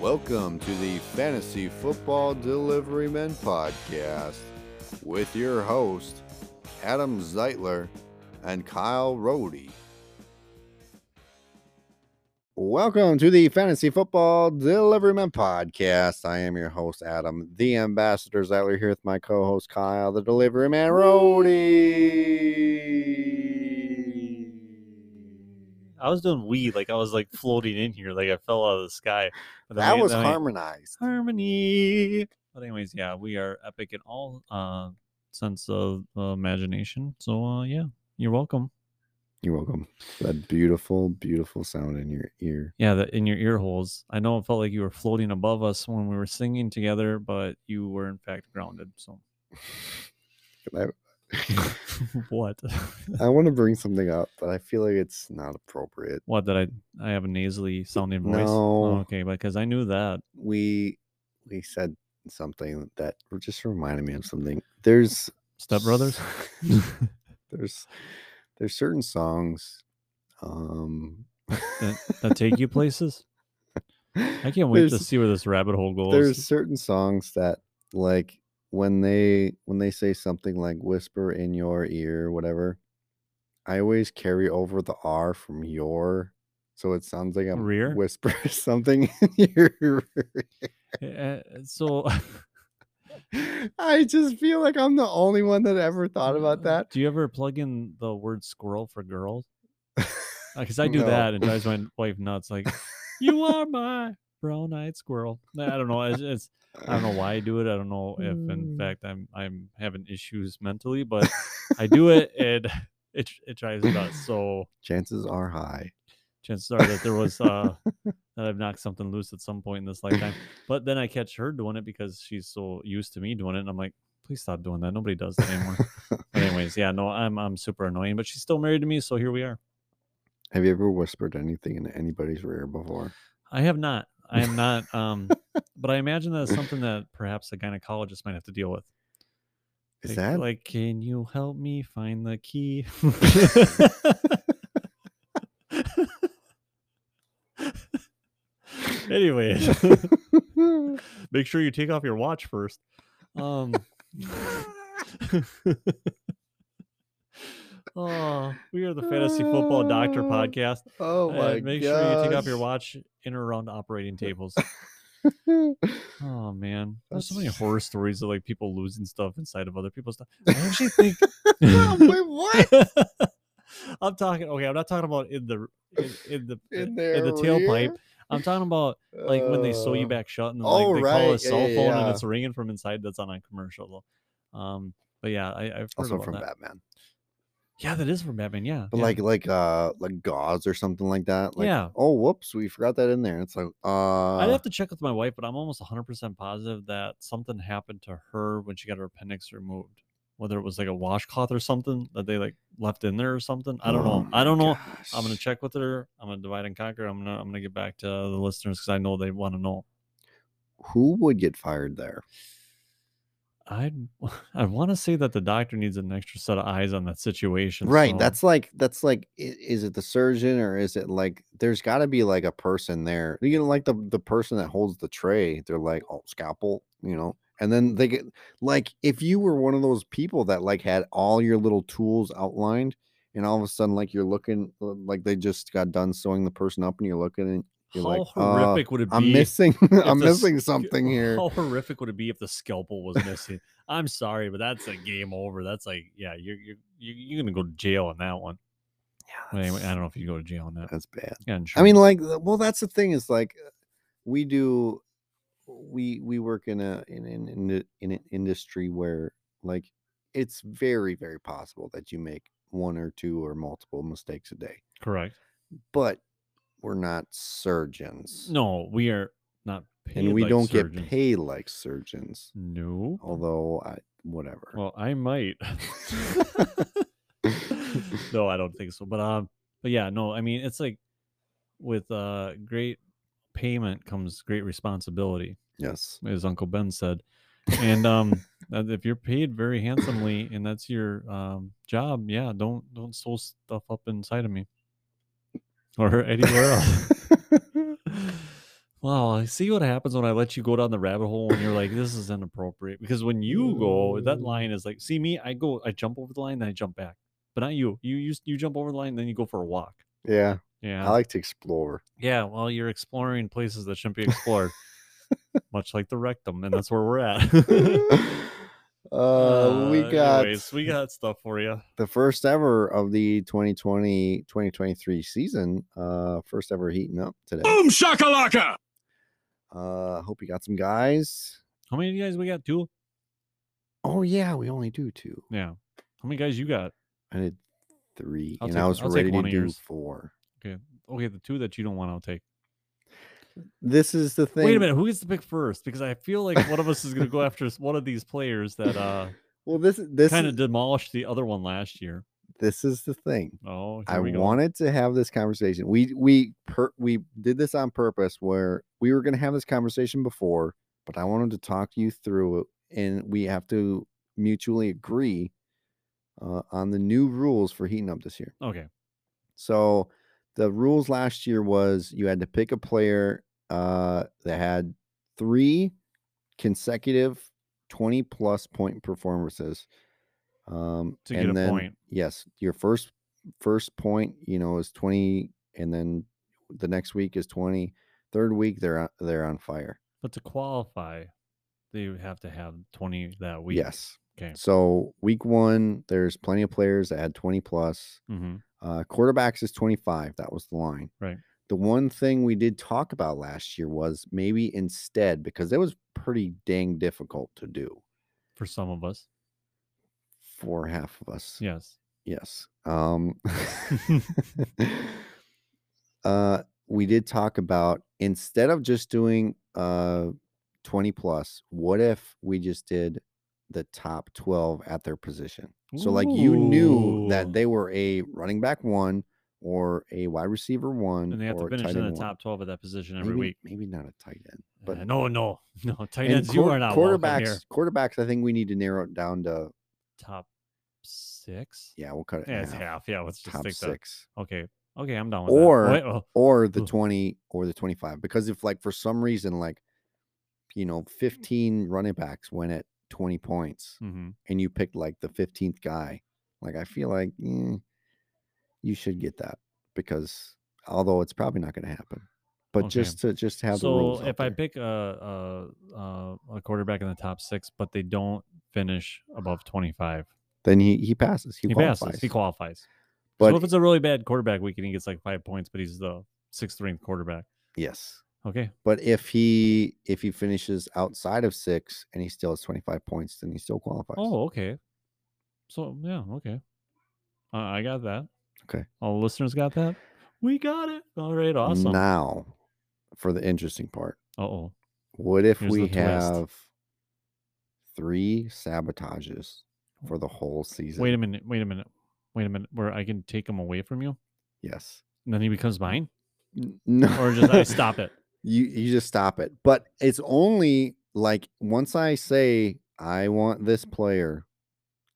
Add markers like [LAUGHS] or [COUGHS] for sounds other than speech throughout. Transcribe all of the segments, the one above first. Welcome to the Fantasy Football Delivery Men Podcast with your host, Adam Zeitler and Kyle Rohde. Welcome to the Fantasy Football Delivery Men Podcast. I am your host, Adam, the Ambassador Zeitler, here with my co host, Kyle, the Delivery Man Rohde. I was doing weed, like I was like floating in here, like I fell out of the sky. But then That we- was then we- harmonized. harmony. But anyways, yeah, we are epic in all uh sense of uh, imagination. So uh yeah, you're welcome. You're welcome. That beautiful, beautiful sound in your ear. [LAUGHS] Yeah, the, in your ear holes. I know it felt like you were floating above us when we were singing together, but you were in fact grounded. So [LAUGHS] I, what? I want to bring something up, but I feel like it's not appropriate. [LAUGHS] what did I? I have a nasally sounding voice. No. okay, because I knew that. We we said something that just reminded me of something. There's [LAUGHS] Step Brothers. [LAUGHS] there's there's certain songs. Um that take you places. [LAUGHS] I can't wait to there's- see where this rabbit hole goes. There's certain songs that like when they when they say something like whisper in your ear or whatever, I always carry over the R from your so it sounds like I'm Rear? whisper [LAUGHS] something in your rear. Uh, so [LAUGHS] I just feel like I'm the only one that ever thought Uh, about that. Do you ever plug in the word squirrel for girls? Because I do No. that and it drives my wife [LAUGHS] nuts. Like, you are my brown-eyed squirrel. I don't know. It's, it's [LAUGHS] I don't know why I do it. I don't know if, in Mm. fact, I'm I'm having issues mentally, [LAUGHS] but I do it. and [LAUGHS] it it drives me nuts. So Chances are high. chances are that there [LAUGHS] was uh that I've knocked something loose at some point in this lifetime. But then I catch her doing it because she's so used to me doing it, and I'm like, please stop doing that. Nobody does that [LAUGHS] anymore. But anyways, yeah, no, I'm I'm super annoying, but she's still married to me, so here we are. Have you ever whispered anything in anybody's rear before? I have not. I am not. [LAUGHS] Um, but I imagine that is something that perhaps a gynecologist might have to deal with. Is like, that like, can you help me find [LAUGHS] the key? [LAUGHS] anyway, [LAUGHS] make sure you take off your watch first. [LAUGHS] Um, oh, we are the Fantasy Football Doctor Uh, podcast. [LAUGHS] oh Uh, my make sure you take off your gosh. watch in or around [LAUGHS] operating tables. Oh man, there's so many That's- horror stories of like people losing stuff inside of other people's stuff. I [LAUGHS] actually think [LAUGHS] Wait, what? I'm talking. Okay, I'm not talking about in the in, in the in, In their the tailpipe. rear? I'm talking about like when they sew you Uh, back shut and like oh, they right, call yeah, a cell yeah, phone yeah. and it's ringing from inside. That's on a commercial. Um, but yeah, I, I've heard Also about from that. Batman, Yeah, that is from Batman. Yeah, but yeah. like like uh like gauze or something like that. Like, Yeah. Oh, whoops, we forgot that in there. It's like uh. I'd have to check with my wife, but I'm almost 100% positive that something happened to her when she got her appendix removed. Whether it was like a washcloth or something that they like left in there or something. I don't Oh know. I my don't know. I'm gonna gosh. check with her. I'm gonna divide and conquer. I'm gonna I'm gonna get back to the listeners because I know they want to know. Who would get fired there? I [LAUGHS] I want to say that the doctor needs an extra set of eyes on that situation. Right. so- That's like that's like i- is it the surgeon or is it like there's got to be like a person there. You know, like the the person that holds the tray. They're like, oh, scalpel, you know. And then they get like if you were one of those people that like had all your little tools outlined, and all of a sudden like you're looking l- like they just got done sewing the person up, and you're looking and how you're like, uh, horrific would it be? I'm missing, [LAUGHS] if I'm the s- Oh. missing [LAUGHS] something here. How horrific would it be if the scalpel was missing? I'm sorry, but that's a game over. That's like, yeah, you're you're you're, you're gonna go to jail on that one. But anyway, I That's- don't know if you go to jail on that. that's bad. I Yeah, mean, insurance. like, th- well, that's the thing is like, uh, we do, we we work in a in in in, the- in an industry where like it's very very possible that you make one or two or multiple mistakes a day, correct. but we're not surgeons, No, we are not. Paid and we like don't surgeons. get paid like surgeons. No. Although I whatever. Well, I might. [LAUGHS] no, I don't think so. But um, but yeah, no. I mean, it's like with uh, great payment comes great responsibility. [LAUGHS] [LAUGHS] yes. as Uncle Ben said. And um, [LAUGHS] that if you're paid very handsomely and that's your um, job, yeah, don't don't sew stuff [LAUGHS] [LAUGHS] up inside of me or anywhere else. Wow, I see what happens when I let you go down the rabbit hole and you're like, this is inappropriate. Because when you go, that line is like, see me, I go, I jump over the line, then I jump back. But not you. You you, you jump over the line, then you go for a walk. Yeah, Yeah. I like to explore. [LAUGHS] [LAUGHS] yeah. Well, you're exploring places that shouldn't be explored. much like the rectum, and that's where we're at. [LAUGHS] uh, we Uh, got anyways, we got stuff for you. the first ever of the 2020 2023 season. Uh, first ever heating up today. Boom shakalaka! Uh, hope you got some guys. How many of you guys we got? Two? Oh, yeah, we only do two. Yeah. How many guys you got? I did three, I'll and take- I was I'll take ready to one of do yours. four. Okay, the two that you don't want, I'll take. This is the thing. Wait a minute, who gets to pick first? Because I feel like one of us is going to go after s- one of these players that uh Well, this [LAUGHS] this kind of is, demolished the other one last year. this is the thing. Oh, here I we go. wanted to have this conversation. We we per, we did this on purpose where we were going to have this conversation before, but I wanted to talk you through it, and we have to mutually agree uh, on the new rules for heating up this year. Okay, So the rules last year was you had to pick a player uh, that had three consecutive twenty plus point performances. Um, To get and a then- point. yes, your first first point, you know, is twenty, and then the next week is twenty. Third week, they're on, they're on fire. but to qualify, they would have to have twenty that week. Yes. Okay. So week one, there's plenty of players that had twenty plus. Mm-hmm. Uh, quarterbacks is 25. That was the line. Right. The one thing we did talk about last year was maybe instead, because it was pretty dang difficult to do For some of us, for half of us. yes. Yes. Um, [LAUGHS] uh, we did talk about instead of just doing uh, 20 plus, what if we just did the top 12 at their position? So, like, you knew Ooh. that they were a running back one or a wide receiver one. and they have or to a finish tight in the end one. top twelve of that position every maybe, week. Maybe not a tight end. But But no, no, [LAUGHS] no. Tight and ends, you quar- are not quarterbacks, Here. quarterbacks, I think we need to narrow it down to, Top six. yeah, we'll cut it. in Yeah, it's half. half. Yeah, let's just Top stick that. six. Okay, okay, I'm down with Or- that. Wait, oh, or the Ugh. 20 or the 25 because if like for some reason like you know 15 running backs went at 20 points mhm. and you picked like the 15th guy like i feel like eh, you should get that because although it's probably not going to happen but Okay. just to just have the so rules out if I there. pick a, a a a quarterback in the top six, but they don't finish above twenty five, then he he passes he, he, qualifies passes. He qualifies. but so if it's a really bad quarterback week and he gets like five points, but he's the sixth ranked quarterback. yes Okay, but if he if he finishes outside of six and he still has 25 points then he still qualifies Oh, okay. So yeah, okay. Uh, I got that. Okay. All the listeners got that. We got it. All right. Awesome. now for the interesting part uh oh. What if Here's the we twist. have three sabotages for the whole season? Wait a minute. Wait a minute. Wait a minute. Where I can take him away from you, Yes. and then he Mm. becomes mine, N- No. or just [LAUGHS] I stop it. You you just stop it. But it's only like once I say I want this player,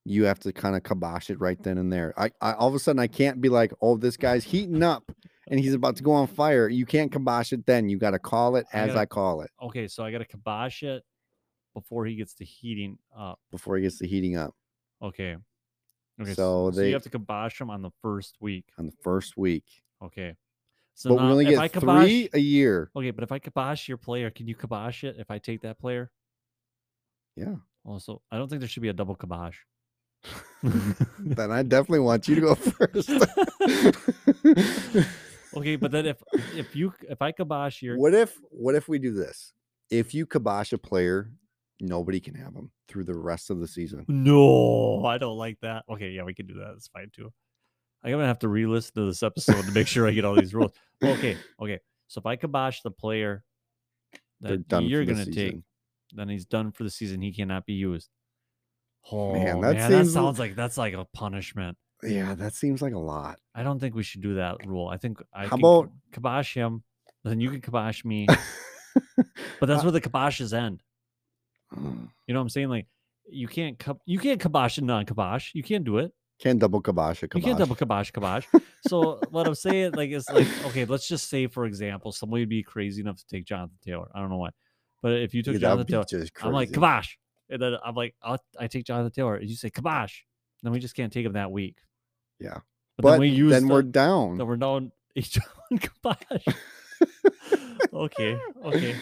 you have to kind of kibosh it right then and there. I, I all of a sudden I can't be like, oh, this guy's heating up and he's about to go on fire. You can't kibosh it then. You got to call it I as gotta- I call it Okay, so I got to kibosh it before he gets to heating up. before he gets the heating up Okay. Okay. s- So you they- have to kibosh him on the first week. on the first week. Okay. So But we now only if I get kibosh, three a year. Okay, but if I kibosh your player, can you kibosh it if I take that player? Yeah. Also, I don't think there should be a double kibosh. [LAUGHS] then I definitely want you to go [LAUGHS] first. [LAUGHS] okay, but then if if you if I kibosh your what if what if we do this? If you kibosh a player, nobody can have him through the rest of the season. no, I don't like that. Okay, yeah, we can do that. It's fine too. I'm gonna have to re-listen to this episode to make sure I get all these rules. Okay, okay. So if I kibosh the player They're that done for you're the gonna take, season. then he's done for the season. He cannot be used. Oh Man, man, that that, seems- sounds like that's like a punishment. Yeah, that seems like a lot. I don't think we should do that rule. I think I How can about- kibosh him, then you can [LAUGHS] kibosh me. But Uh that's where the kiboshes end. Mm, You know what I'm saying? Like you can't kib- you can't kibosh and non kibosh. You can't do it. Can't double kibosh a kibosh. You can't double kibosh kibosh. so what I'm saying, like, is [LAUGHS] like, okay, let's just say, for example, somebody would be crazy enough to take Jonathan Taylor. I don't know why, but if you took Yeah, that would Jonathan be Taylor, just I'm like crazy. kibosh, and then I'm like, I'll, I take Jonathan Taylor, and you say kibosh, then we just can't take him that week. Yeah. but, then we use then the- we're down. then we're down each [LAUGHS] one kibosh. okay, okay.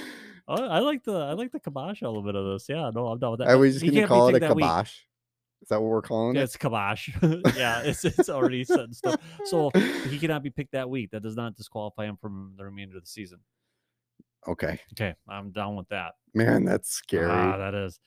I, I like the I like the kibosh element of this. Yeah, no, I'm done with that. Are But we just he gonna can't be call it a taken that week. kibosh? Is that what we're calling Yeah, it? it's kibosh. [LAUGHS] yeah, it's it's already set in stone. So he cannot be picked that week. That does not disqualify him from the remainder of the season. [LAUGHS] Okay, Okay, I'm down with that. man, that's scary. Ah, that is.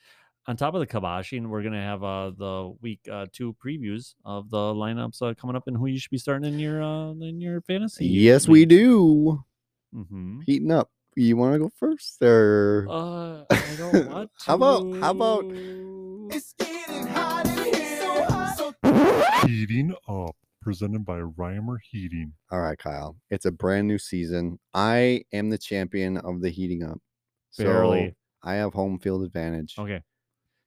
On top of the kiboshing, we're gonna have uh, the week uh, two previews of the lineups uh, coming up and who you should be starting in your uh, in your fantasy. yes, we do. hmm Heating up. You want to go first, or Uh, I don't [LAUGHS] want How about- how about- to. It's getting hot in here. So hot. So Heating Up, presented by Reimer Heating. all right, Kyle? It's a brand new season. I am the champion of the heating up. So barely? I have home field advantage. Okay,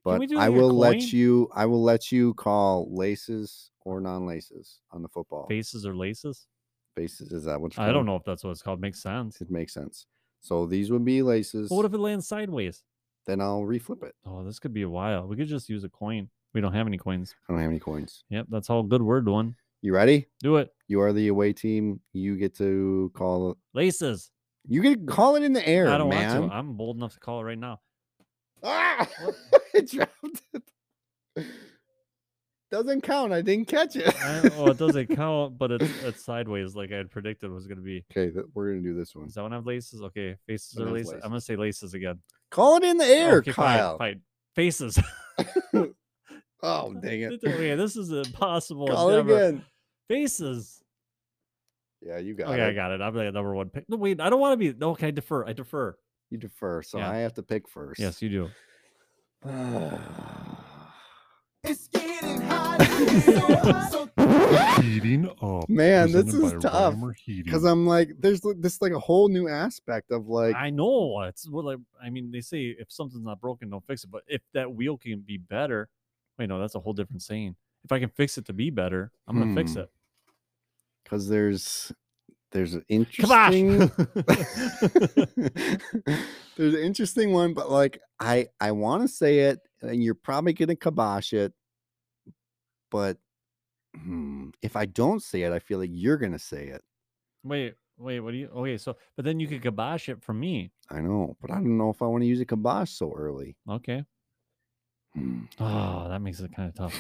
but we do I like a will coin? let you. I will let you call laces or non-laces on the football faces or laces? bases. Is that what? It's I don't know if that's what it's called. Makes sense. It makes sense. So these would be laces. But what if it lands sideways? then I'll reflip it. Oh, this could be a while. We could just use a coin. We don't have any coins. I don't have any coins. Yep, that's all good word one. You ready? Do it. You are the away team. You get to call. Laces. You get to call it in the air, I don't man. want to. I'm bold enough to call it right now. [LAUGHS] Ah! [LAUGHS] I dropped it. Doesn't count. I didn't catch it. I, oh, it doesn't count, but it's, it's sideways like I had predicted was going to be. [LAUGHS] okay, th- we're gonna do this one. Does that one have laces? Okay, faces One or has laces? I'm going to say laces again. Call it in the air, okay, fine, Kyle. fine. Faces. [LAUGHS] [LAUGHS] Oh dang it! [LAUGHS] okay, this is an impossible. Call it endeavor. again. Faces. Yeah, you got okay, it. I got it. I'm the number one pick. No, wait, I don't want to be. No, okay, I defer. I defer. You defer, so Yeah. I have to pick first. [SIGHS] Yes, you do. it's getting hot in here. So hot. So [LAUGHS] Heating Up. Man, this presented is by tough, Reimer Heating. Because I'm like, there's li- this like a whole new aspect of like, I know it's well, like I mean, they say if something's not broken, don't fix it. But if that wheel can be better, wait, no, that's a whole different saying. If I can fix it to be better, I'm gonna fix Hmm. it. because there's there's an Kibosh! interesting [LAUGHS] [LAUGHS] there's an interesting one, but like I I want to say it, and you're probably gonna kibosh it, but hmm, if I don't say it, I feel like you're gonna say it. Wait, wait, what do you? Okay, so but then you could kibosh it from me. I know, but I don't know if I want to use a kibosh so early. Okay. Hmm. Oh, that makes it kind [LAUGHS] of tough.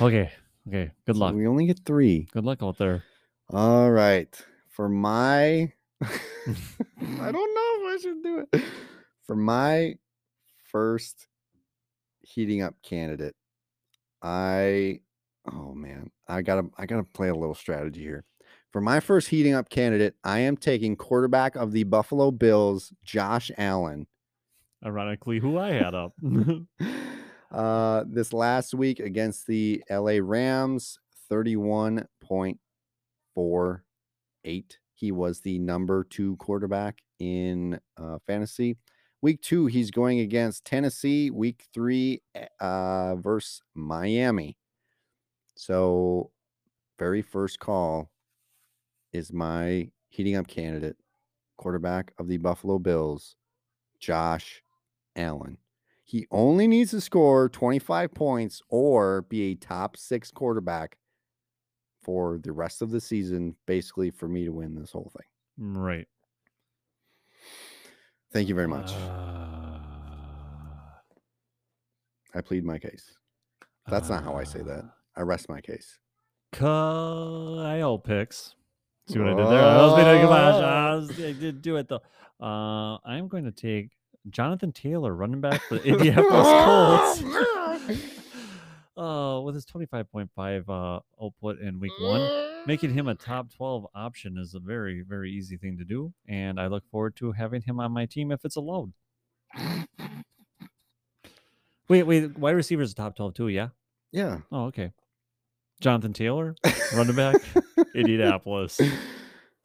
okay, okay. Good So luck. we only get three. Good luck out there. All right. For my [LAUGHS] I don't know if I should do it. For my first heating up candidate, I oh man, I got to I got to play a little strategy here. For my first heating up candidate, I am taking quarterback of the Buffalo Bills, Josh Allen. Ironically, who I had up. [LAUGHS] [LAUGHS] Uh this last week against the LA Rams, 31.48. He was the number 2 quarterback in uh fantasy. Week 2 he's going against Tennessee, week 3 eh, uh versus Miami. So very first call is my heating up candidate, quarterback of the Buffalo Bills, Josh Allen. He only needs to score 25 points or be a top six quarterback for the rest of the season, basically, for me to win this whole thing. right. Thank you very much. Uh, I plead my case. That's not how I say that. uh, I rest my case. Kyle picks. See what I did there? I was being a kibosh. I, was, I did do it though. Uh, I'm going to take Jonathan Taylor, running back for the Indianapolis Colts. [LAUGHS] Uh, with his 25.5 uh, output in week one, making him a top 12 option is a very, very easy thing to do. And I look forward to having him on my team if it's allowed. Wait, wait, wide receivers top 12 too, yeah? [LAUGHS] Yeah. [SIGHS] Oh, okay. Jonathan Taylor, running back, Indianapolis.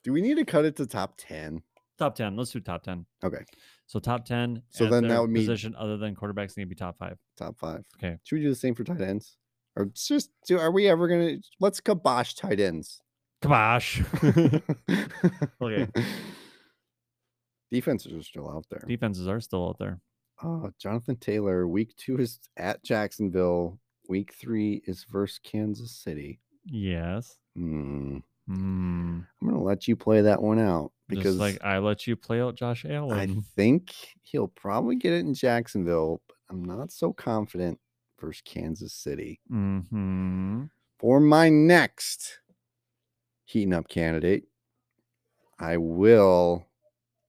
Do we need to cut it to top 10? Top ten. Let's do top ten. Okay. So top ten. So at then that their would mean- position other than quarterbacks need to be top five. Top five. Okay. Should we do the same for tight ends? Or it's just, dude, are we ever gonna let's kibosh tight [LAUGHS] ends? [LAUGHS] Kabosh. Okay. Defenses are still out there. Defenses are still out there. Uh, Jonathan Taylor, week two is at Jacksonville. Week three is versus Kansas City. Yes. Hmm. Mm. I'm gonna let you play that one out because Just like I let you play out Josh I [LAUGHS] Allen. think he'll probably get it in Jacksonville, but I'm not so confident versus Kansas City. hmm For my next heating up candidate, I will,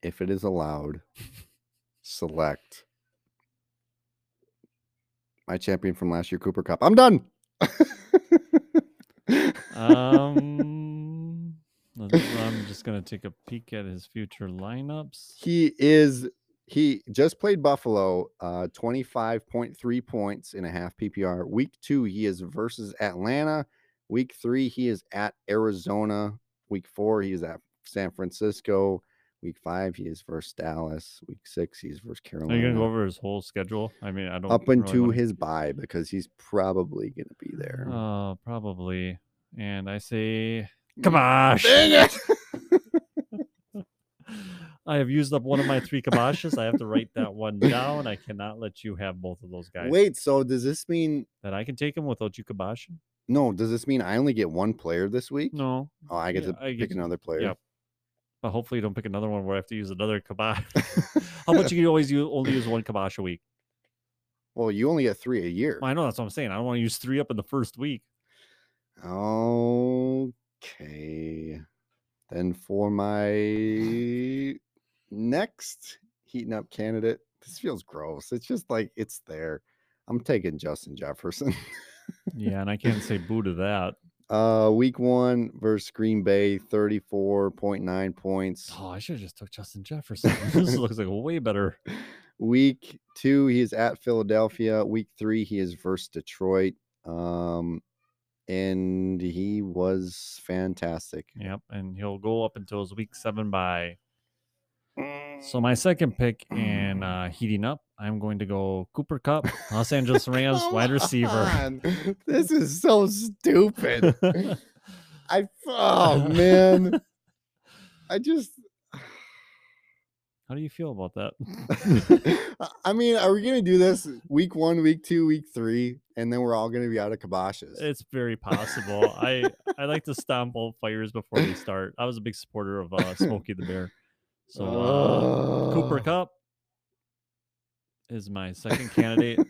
if it is allowed, select my champion from last year, Cooper Cup. I'm done. [LAUGHS] Uh, Um, let's- I'm just gonna take a peek at his future lineups. he is he just played Buffalo, uh, 25.3 points in a half PPR. Week two, he is versus Atlanta. Week three, he is at Arizona. Week four, he is at San Francisco. Week five, he is versus Dallas. Week six, he's versus Are you gonna go Carolina. over his whole schedule? I mean, I don't Oh. Up really into wanna- his bye because he's probably gonna be there. Uh, probably. And I say, Dang kabosh. it! I have used up one of my three kaboshes. I have to write that [LAUGHS] one down. I cannot let you have both of those guys. Wait, so does this mean That I can take him without you kaboshing? no? Does this mean I only get one player this week? No. Oh, I get Yeah, to I pick get to- another player. yep. But hopefully, you don't pick another one where I have to use another [LAUGHS] kabosh. [LAUGHS] How about you can always use, only use one kabosh a week? Well, you only get three a year. Well, I know that's what I'm saying. I don't want to use three up in the first week. Okay. Then for my next heating up candidate, this feels gross. It's just like it's there. I'm taking Justin Jefferson. [LAUGHS] Yeah, and I can't say boo to that. Uh week 1 versus Green Bay, 34.9 points. Oh, I should have just took Justin Jefferson. [LAUGHS] this looks like a way better. Week 2 he is at Philadelphia, week 3 he is versus Detroit. Um and he was fantastic. Yep, and he'll go up until his week seven by. So my second pick in uh, heating up, I'm going to go Cooper Cup, Los Angeles Rams [LAUGHS] Come wide receiver. [LAUGHS] on. This is so stupid. I oh man. I just [LAUGHS] How do you feel about that? I mean, are we gonna do this week one, week two, week three, and then we're all gonna be out of kiboshes? It's very possible. I I like to stomp all fires before they start. I was a big supporter of uh, Smokey the Bear, so uh, [LAUGHS] Cooper Ugh. Cup is my second candidate.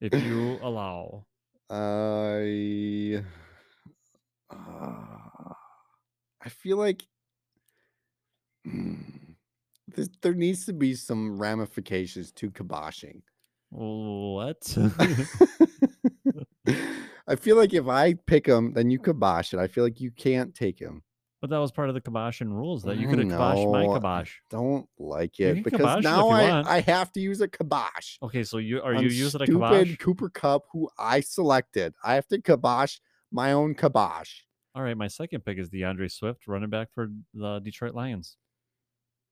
if [LAUGHS] you allow, I uh, I feel like Mm. Th- there needs to be some ramifications to kiboshing. [LAUGHS] what? I feel like if I pick him, then you kibosh it. I feel like you can't take him. But that was part of the kaboshin rules that you I could have kiboshed my know. kibosh. Don't like You it can kibosh it because if now you I, want. I have to use a kibosh. Okay, so you are on you using a stupid kibosh? Cooper Cup who I selected. I have to kibosh my own kibosh. All right, my second pick is DeAndre Swift, running back for the Detroit Lions.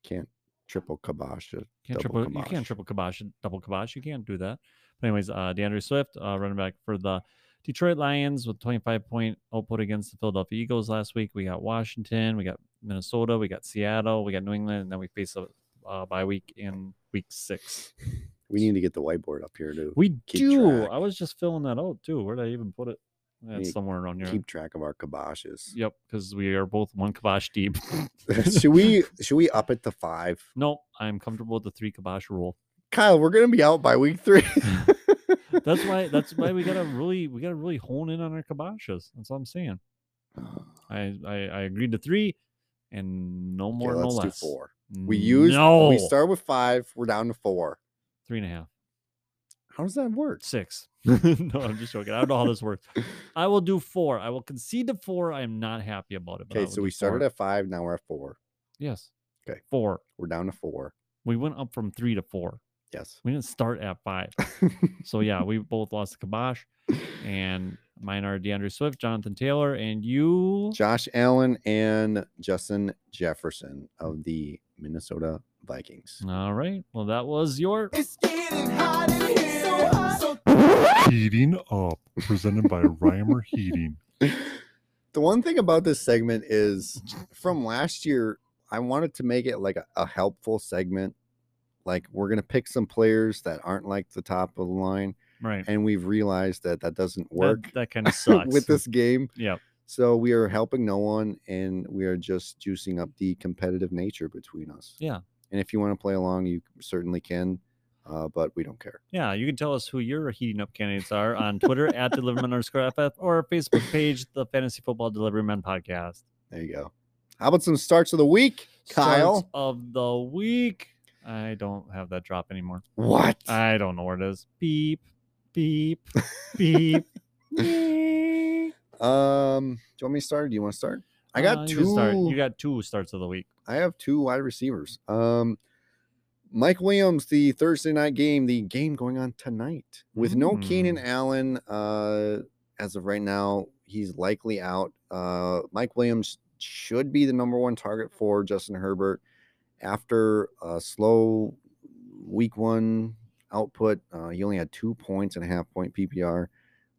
Can't triple kibosh it. Can't Double triple, you can't kibosh. triple kibosh, and double kibosh. You can't do that. But anyways, uh, DeAndre Swift, uh, running back for the Detroit Lions with 25 point output against the Philadelphia Eagles last week. We got Washington, we got Minnesota, we got Seattle, we got New England, and then we face a uh, bye week in week six. We need to get the whiteboard up here to We Keep do. track. I was just filling that out too. Where did I even put it? need That's to somewhere around here. keep track of our kiboshes. Yep, because we are both one kibosh deep. [LAUGHS] should we should we up it to five? Nope, I'm comfortable with the three kibosh rule. Kyle, we're gonna be out by week three. [LAUGHS] That's why. That's why we [LAUGHS] gotta really, we gotta really hone in on our kiboshes. That's what I'm saying. I, I, I agreed to three, and no more, Okay, no let's do less. four. We used no we start with five, we're down to four. three and a half, How does that work? [LAUGHS] six. [LAUGHS] no, I'm just joking. I don't know how this works. I will do four. I will concede to four. I am not happy about it. but I Okay, will so do we started four. at five, now we're at four. yes. Okay. Four. We're down to four. We went up from three to four. Yes. [LAUGHS] We didn't start at five. So yeah, we both lost the kibosh, and mine are DeAndre Swift, Jonathan Taylor, and you. Josh Allen and Justin Jefferson of the Minnesota Vikings. [COUGHS] All right. Well, that was your. It's getting hot in here. So hot, so Heat Heating Up, presented [LAUGHS] by Reimer Heating. the one thing about this segment is from last year i wanted to make it like a, a helpful segment like we're going to pick some players that aren't like the top of the line Right. and we've realized that that doesn't work [LAUGHS] That, that kind of sucks. with this game Yep. so we are helping no one and we are just juicing up the competitive nature between us Yeah. and if you want to play along you certainly can uh, but we don't care Yeah, you can tell us who your heating up candidates are on Twitter [LAUGHS] at Deliveryman underscore FF or our Facebook page, the Fantasy Football Deliveryman Podcast. there you go how about some starts of the week kyle Starts of the week. I don't have that drop anymore. what I don't know where it is. Beep, [LAUGHS] beep, beep. beep. Um, do you want me to start? Or do you want to start? I got Uh, you can two. start. You got two starts of the week. I have two wide receivers. Um, Mike Williams, the Thursday night game, the game going on tonight with no Keenan Mm. Allen. Uh, as of right now, he's likely out. Uh, Mike Williams should be the number one target for Justin Herbert after a slow week one output. Uh, he only had two points and a half point PPR.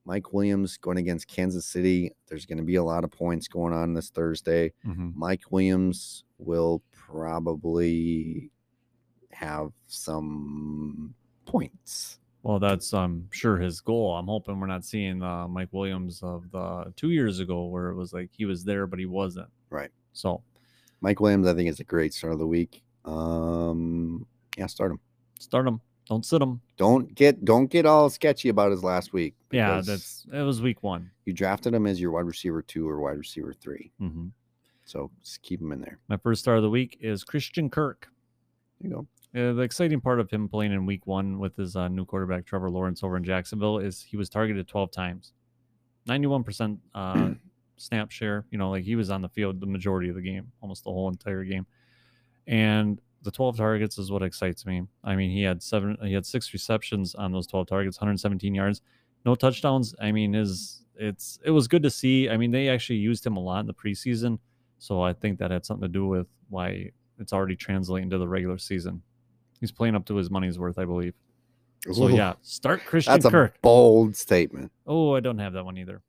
Mike Williams going against Kansas City. There's going to be a lot of points going on this Thursday. Mm-hmm. Mike Williams will probably have some points. Well, that's I'm sure his goal. I'm hoping we're not seeing uh, Mike Williams of the two years ago where it was like he was there but he wasn't. Right. So Mike Williams, I think, is a great start of the week. Um, yeah, start him. start him. Don't sit him. Don't get don't get all sketchy about his last week. Yeah, because that's it was week one. you drafted him as your wide receiver two or wide receiver three, hmm so just keep him in there. My first star of the week is Christian Kirk. There you go. Uh, the exciting part of him playing in week one with his uh, new quarterback Trevor Lawrence over in Jacksonville is he was targeted 12 times, 91% uh, snap share. You know, like he was on the field the majority of the game, almost the whole entire game. And the 12 targets is what excites me. I mean, he had seven, he had six receptions on those 12 targets, 117 yards, no touchdowns. I mean, is it's it was good to see. I mean, they actually used him a lot in the preseason, so I think that had something to do with why it's already translating to the regular season. He's playing up to his money's worth, I believe. So Ooh, yeah, start Christian [LAUGHS] that's a Kirk. bold statement. Oh, I don't have that one either.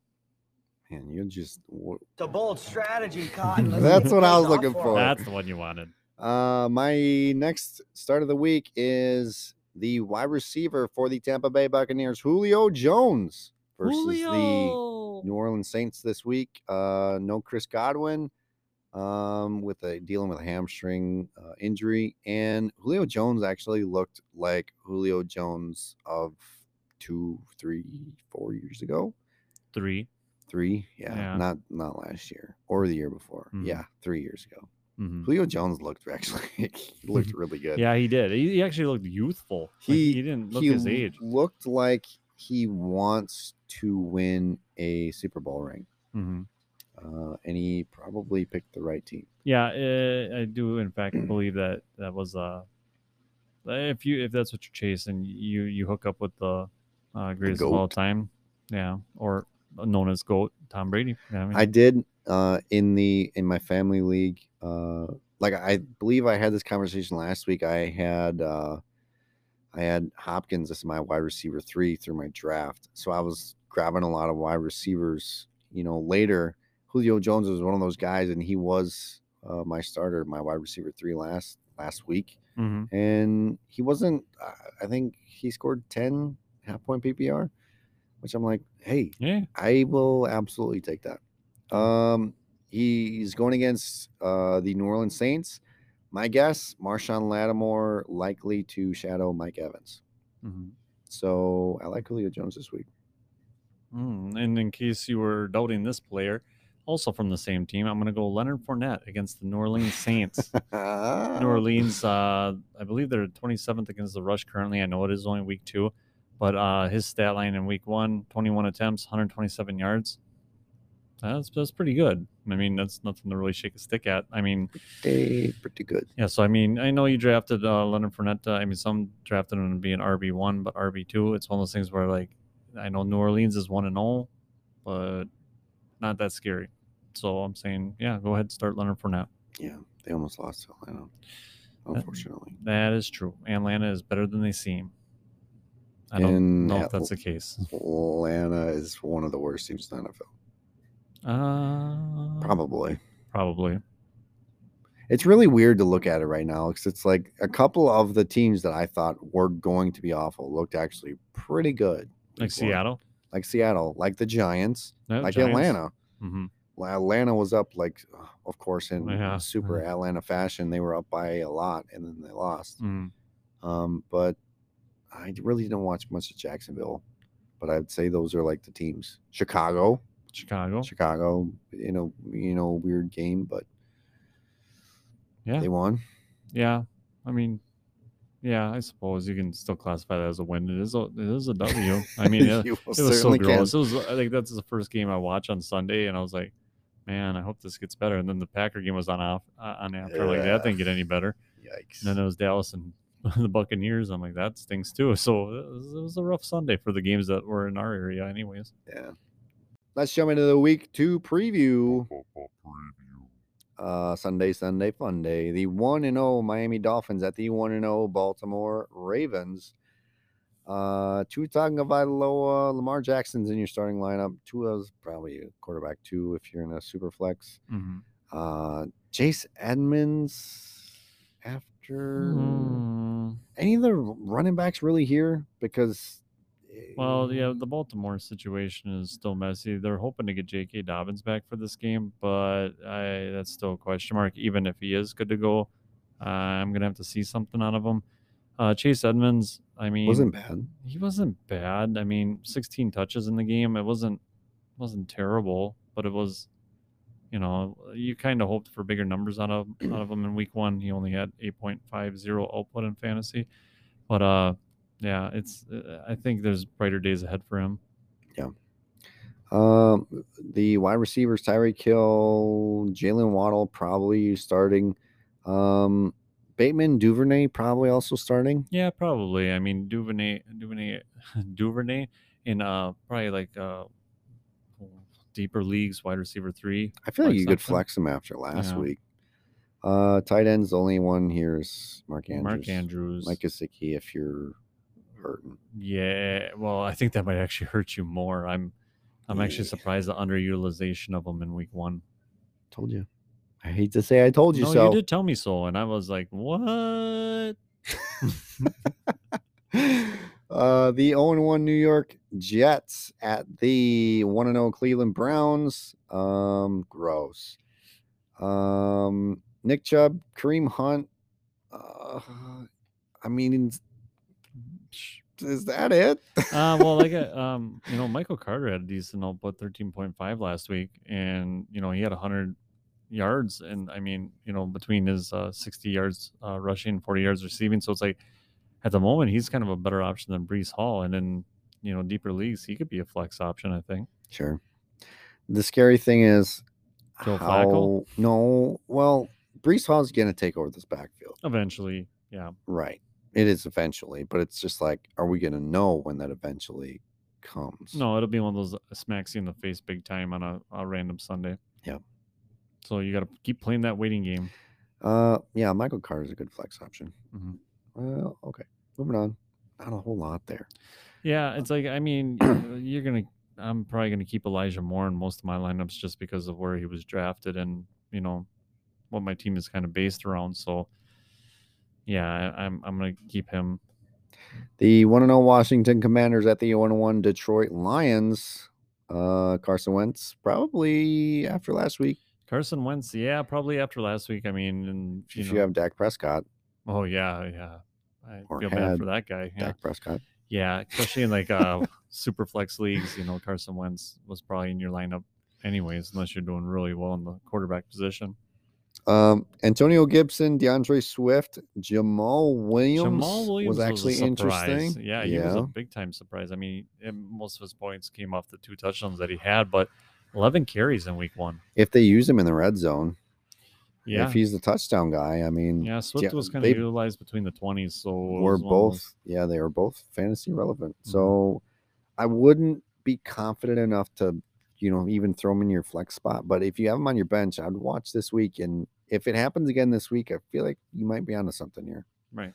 Man, you just wha- It's a bold [LAUGHS] strategy, Cotton. Let's That's see what I it was pays off looking for for. him. That's the one you wanted. Uh, my next start of the week is the wide receiver for the Tampa Bay Buccaneers, Julio Jones, versus the New Orleans Saints this week. Uh, no Chris Godwin, um, with a dealing with a hamstring uh, injury, and Julio Jones actually looked like Julio Jones of two, three, four years ago. three. Three, yeah, Yeah. not not last year or the year before. Mhm. Yeah, three years ago. Mhm. Julio Jones looked [LAUGHS] actually he [LAUGHS] looked really good. Yeah, he did. He, he actually looked youthful. Like, He- he didn't look he his age. looked like he wants to win a Super Bowl ring, hmm uh, and he probably picked the right team. Yeah, uh, I do in fact [CLEARS THROAT] believe that that was uh if you if that's what you're chasing, you you hook up with the uh, greatest of all GOAT. time, yeah, or known as goat Tom Brady. Yeah, I mean, I did uh, in the in my family league. Uh, like I believe I had this conversation last week. I had uh, I had Hopkins as my wide receiver three through my draft, so I was grabbing a lot of wide receivers. You know, later Julio Jones was one of those guys, and he was uh, my starter, my wide receiver three last last week, Mhm. and he wasn't. I- I think he scored ten half point PPR, which I'm like, hey, yeah, I will absolutely take that. Um, he's going against uh, the New Orleans Saints. My guess, Marshawn Lattimore likely to shadow Mike Evans. mhm. So I like Julio Jones this week. Mm, and in case you were doubting this player, also from the same team, I'm going to go Leonard Fournette against the New Orleans Saints. [LAUGHS] New Ah, Orleans, uh, I believe they're 27th against the rush currently. I know it is only week two, but uh, his stat line in week one 21 attempts, 127 yards. That's, that's pretty good. I mean, that's nothing to really shake a stick at. I mean, Hey, pretty good. yeah, so I mean, I know you drafted uh, Leonard Fournette. uh, I mean, some drafted him to be an RB one, but RB two. It's one of those things where like, I know New Orleans is one and zero, but not that scary. So I'm saying, yeah, go ahead, start Leonard Fournette. Yeah, they almost lost to Uh, Atlanta, unfortunately. That is true. Atlanta is better than they seem. I don't In know Atl- if that's the case. Atlanta is one of the worst teams in the NFL. Uh, Probably. probably. It's really weird to look at it right now because it's like a couple of the teams that I thought were going to be awful looked actually pretty good. Like week one. Seattle. Like Seattle, like the Giants, No, like Giants. Atlanta. Mhm. Well, Atlanta was up like, uh, of course, in Yeah, super Atlanta fashion. They were up by a lot and then they lost. Mm. Um, but I d- really didn't watch much of Jacksonville, but I'd say those are like the teams. Chicago, Chicago. Chicago, you know, you know, weird game, but Yeah. they won. Yeah, I mean, yeah, I suppose you can still classify that as a win. It is a it is a W. I mean, [LAUGHS] it, You it was so certainly can. gross. It was I think that's the first game I watched on Sunday, and I was like, man, I hope this gets better. And then the Packer game was on off uh, on after like Yeah. that didn't get any better. Yikes! And then it was Dallas and [LAUGHS] the Buccaneers. I'm like that stinks too. So it was, it was a rough Sunday for the games that were in our area, anyways. Yeah. Let's jump into the week two preview. Football preview. Uh, Sunday, Sunday, fun day. The one and zero Miami Dolphins at the one and zero Baltimore Ravens. Uh, Tua Tagovailoa, Lamar Jackson's in your starting lineup. Tua's probably a quarterback two if you're in a super flex. Uh, Jace Edmonds after Mm. any of the r- running backs really here because eh, Well, yeah, the Baltimore situation is still messy. They're hoping to get J.K. Dobbins back for this game, but I, that's still a question mark. Even if he is good to go, uh, I'm gonna have to see something out of him. Uh, Chase Edmonds, I mean, wasn't bad. he wasn't bad. I mean, 16 touches in the game. It wasn't wasn't terrible, but it was, you know, you kind of hoped for bigger numbers [CLEARS THROAT] out of out of him in week one. He only had 8.50 output in fantasy, but uh, yeah, it's uh, I think there's brighter days ahead for him. Um, the wide receivers Tyreek Hill, Jalen Waddle probably starting. Um, Bateman Duvernay probably also starting. Yeah, probably. I mean, Duvernay, Duvernay, [LAUGHS] Duvernay, in uh, probably like uh, deeper leagues, wide receiver three. I feel like Flex you could option. flex him after last Yeah. week. Uh, tight ends the only one here is Mark Andrews. Mark Andrews. Mike Gesicki if you're hurting. Yeah, well, I think that might actually hurt you more. I'm, I'm actually Yeah. surprised the underutilization of them in week one. Told you. I hate to say I told you no, so. you did tell me so, and I was like, what? uh, the 0 1 New York Jets at the 1 0 Cleveland Browns. Um, gross. Um, Nick Chubb, Kareem Hunt. Uh, I mean, is that it? [LAUGHS] uh, well, like, uh, um, you know, Michael Carter had a decent output, thirteen point five last week, and you know he had hundred yards, and I mean, you know, between his uh, sixty yards uh, rushing, forty yards receiving, so it's like at the moment he's kind of a better option than Brees Hall, and in you know deeper leagues he could be a flex option, I think. Sure. The scary thing is, Joe Flacco? how- no, well, Brees Hall's going to take over this backfield. Eventually, yeah. Right. It is eventually, but it's just like, are we going to know when that eventually comes? No, it'll be one of those uh, smacks you in the face big time on a, a random Sunday. Yep. So you got to keep playing that waiting game. Uh, yeah, Michael Carter is a good flex option. Mhm. Well, okay, moving on. Not a whole lot there. Yeah, it's like [CLEARS THROAT] I mean, y- you're gonna. I'm probably gonna keep Elijah Moore in most of my lineups just because of where he was drafted and you know what my team is kind of based around. So yeah, I, I'm I'm gonna keep him. The one and zero Washington Commanders at the one and one Detroit Lions. Uh, Carson Wentz probably after last week. Carson Wentz, yeah, probably after last week. I mean, and If you you, know, have Dak Prescott, oh yeah, yeah. I or feel bad had for that guy. Yeah. Dak Prescott. Yeah, especially in like uh super flex leagues, you know, Carson Wentz was probably in your lineup anyways, unless you're doing really well in the quarterback position. Um, Antonio Gibson, DeAndre Swift, Jamal Williams, Jamal Williams was actually a surprise. interesting. Yeah, he was a big time surprise. I mean, and most of his points came off the two touchdowns that he had, but 11 carries in week one. if they use him in the red zone, Yeah, if he's the touchdown guy, I mean, yeah. Swift yeah, was kind they- of utilized between the 20s, so it were was one of those- both yeah they were both fantasy relevant Mhm. so i wouldn't be confident enough to you know even throw them in your flex spot but if you have them on your bench i'd watch this week and if it happens again this week i feel like you might be onto something here Right.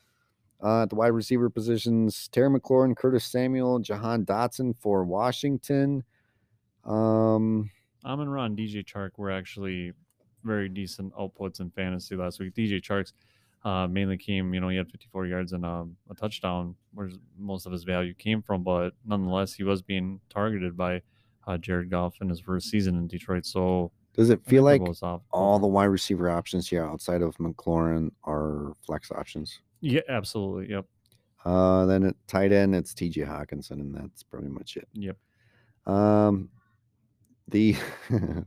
Uh, at the wide receiver positions, Terry McLaurin, Curtis Samuel, Jahan Dotson for Washington. Um, Amon Ra and DJ Chark were actually very decent outputs in fantasy last week. DJ Chark's uh, mainly came, you know, he had 54 yards and um, a touchdown, where most of his value came from. But nonetheless, he was being targeted by uh, Jared Goff in his first season in Detroit. So does it that feel number like goes off. all the wide receiver options here outside of McLaurin are flex options? yeah, absolutely, yep. Uh, then at tight end, it's T.J. Hawkinson, and that's pretty much it. Yep. Um, the [LAUGHS]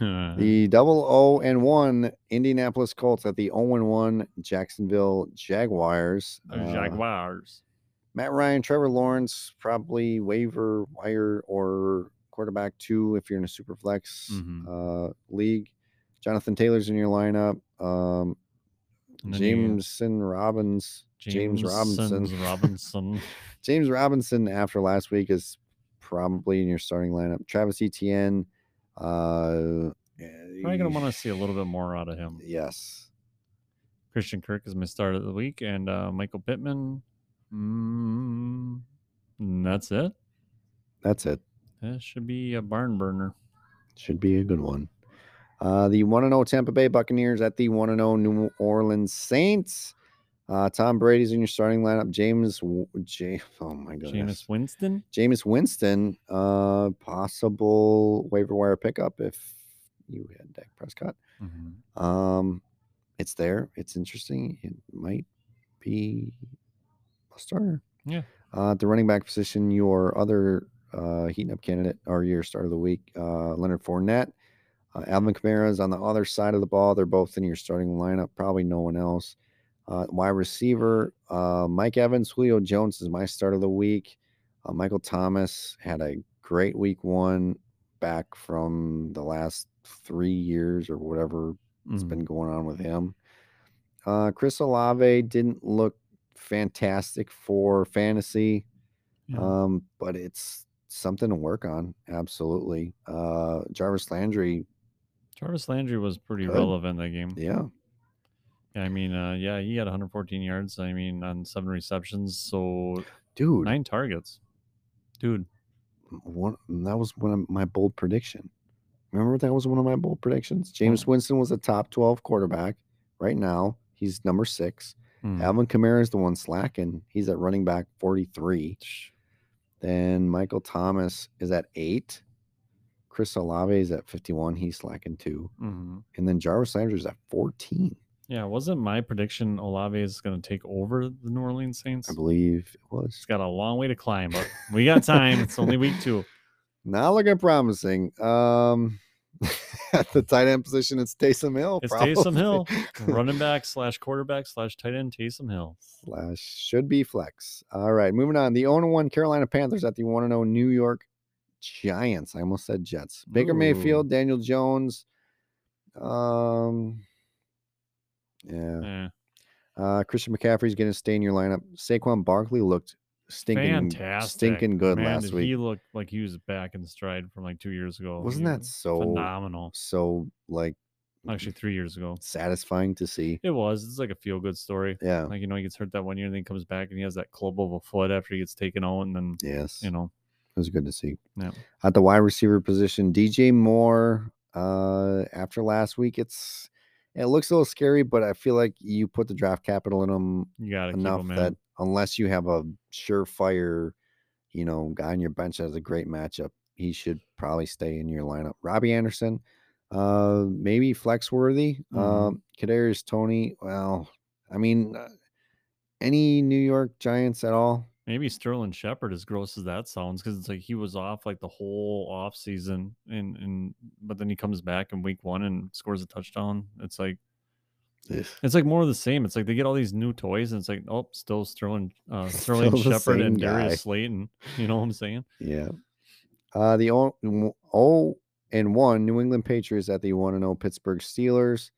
the double O and one Indianapolis Colts at the 0 and one Jacksonville Jaguars. [LAUGHS] The Uh, Jaguars. Matt Ryan, Trevor Lawrence, probably waiver wire or quarterback two if you're in a super flex Mhm. uh, league. Jonathan Taylor's in your lineup. Um, And then you- Jameson Robbins, James Robinson, Jameson's [LAUGHS] Robinson. James Robinson after last week is probably in your starting lineup. Travis Etienne. Uh, Probably gonna want to see a little bit more out of him. Yes. Christian Kirk is my start of the week, and uh, Michael Pittman. Mm, and that's it. That's it. That should be a barn burner. Should be a good one. Uh, the 1 0 Tampa Bay Buccaneers at the 1 0 New Orleans Saints. Uh, Tom Brady's in your starting lineup. James, W- J- [LAUGHS] oh my goodness. Jameis Winston. Jameis Winston, uh, possible waiver wire pickup if you had Dak Prescott. Mm-hmm. Um, it's there. It's interesting. It might be a starter. Yeah. Uh, at the running back position, your other uh, heating up candidate or your start of the week, uh, Leonard Fournette. Uh, Alvin Kamara is on the other side of the ball. They're both in your starting lineup. Probably no one else. Uh, wide receiver, uh, Mike Evans, Julio Jones is my start of the week. Uh, Michael Thomas had a great week one back from the last three years or whatever that's Mhm. been going on with him. Uh, Chris Olave didn't look fantastic for fantasy, Yeah. um, but it's something to work on. Absolutely. Uh, Jarvis Landry, Jarvis Landry was pretty Good. relevant that game. yeah, Yeah, I mean, uh, yeah, he had 114 yards. I mean, on seven receptions, so dude, nine targets. Dude, one, that was one of my bold prediction. Remember that was one of my bold predictions. James Winston was a top twelve quarterback. Right now, he's number six. hmm. Alvin Kamara is the one slacking. He's at running back forty three. Then Michael Thomas is at eight. Chris Olave is at 51. He's slacking two. Mhm. And then Jarvis Landry is at 14, yeah, wasn't my prediction Olave is going to take over the New Orleans Saints? I believe it He's was. got a long way to climb, but we got time. It's only week two. Not looking promising. Um, [LAUGHS] at the tight end position, it's Taysom Hill. It's Taysom Hill. probably. [LAUGHS] Running back slash quarterback slash tight end Taysom Hill. Slash should be flex. All right, moving on. The 0 1 Carolina Panthers at the 1 0 New York Giants. I almost said Jets. Baker Mayfield, Daniel Jones. Um, yeah. Eh, Uh, Christian McCaffrey's going to stay in your lineup. Saquon Barkley looked stinking, fantastic. stinking good Man, last did week. He looked like he was back in stride from like two years ago. Wasn't He that was so phenomenal? so like Actually, three years ago. satisfying to see? It was. It's like a feel good story. Yeah. Like, you know, he gets hurt that one year and then he comes back and he has that club of a foot after he gets taken out. And then, Yes. you know, It was good to see. Yeah. At the wide receiver position, DJ Moore. Uh, after last week, it's it looks a little scary, but I feel like you put the draft capital in him you got to keep enough him in. that unless you have a surefire, you know, guy on your bench that has a great matchup, he should probably stay in your lineup. Robbie Anderson, uh, maybe flex worthy. Um, Mhm. Kadarius Tony. Well, I mean, uh, any New York Giants at all? Maybe Sterling Shepard, as gross as that sounds, because it's like he was off like the whole off season, and and but then he comes back in week one and scores a touchdown. It's like it's like more of the same. It's like they get all these new toys, and it's like oh, still Sterling, [LAUGHS] uh, Sterling Still the Shepard and same guy. Darius Slayton. You know what I'm saying? Yeah. Uh, the o n- o and one New England Patriots at the one and zero Pittsburgh Steelers.